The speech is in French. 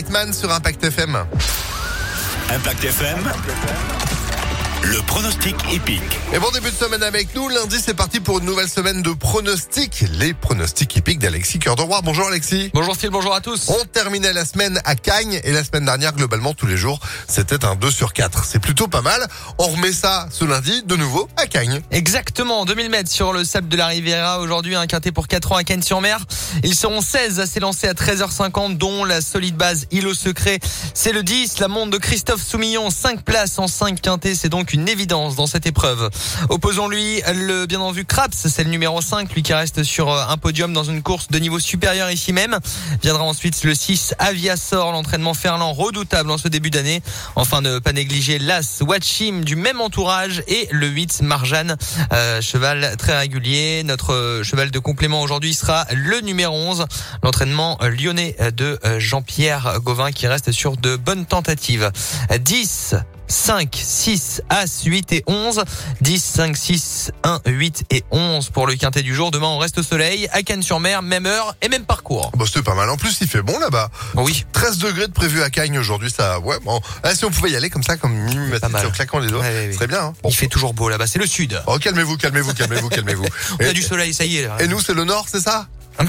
Slimane sur Impact FM. Impact FM, le pronostic épique. Et bon début de semaine avec nous. Lundi, c'est parti pour une nouvelle semaine de pronostics. Les pronostics épiques d'Alexis Cœur de Roi. Bonjour Alexis. Bonjour Style, bonjour à tous. On terminait la semaine à Cagnes et la semaine dernière, globalement, tous les jours, c'était un 2 sur 4. C'est plutôt pas mal. On remet ça ce lundi de nouveau à Cagnes. Exactement, 2000 mètres sur le sable de la Riviera. Aujourd'hui, un quintet pour 4 ans à Cannes-sur-Mer. Ils seront 16 à s'élancer à 13h50, dont la solide base Îlot Secret. C'est le 10, la montre de Christophe Soumillon. 5 places en 5 quintets, c'est donc une évidence dans cette épreuve. Opposons-lui le bien en vue Craps, c'est le numéro 5, lui qui reste sur euh, un podium dans une course de niveau supérieur ici même. Viendra ensuite le 6, Aviasor, l'entraînement Ferland, redoutable en ce début d'année. Enfin, ne pas négliger l'As, Watchim, du même entourage, et le 8, Marjan, euh, cheval très régulier. Notre euh, cheval de complément aujourd'hui sera le numéro 11, l'entraînement lyonnais de euh, Jean-Pierre Gauvin, qui reste sur de bonnes tentatives. 10, 5, 6, As, 8 et 11. 10, 5, 6, 1, 8 et 11 pour le quintet du jour. Demain, on reste au soleil, à Cannes-sur-Mer, même heure et même parcours. Bon, c'est Ah bah, pas mal. En plus, il fait bon là-bas. Oui. 13 degrés de prévu à Cagnes aujourd'hui. Ça, ouais, bon. Ah, si on pouvait y aller comme ça, comme mime, pas mal. en claquant les doigts, Ouais, ouais, ouais. ce serait bien. hein. Bon. Il fait toujours beau là-bas, c'est le sud. Oh, calmez-vous, calmez-vous, calmez-vous, calmez-vous. On Et, a du soleil, ça y est. là. et nous, c'est le nord, c'est ça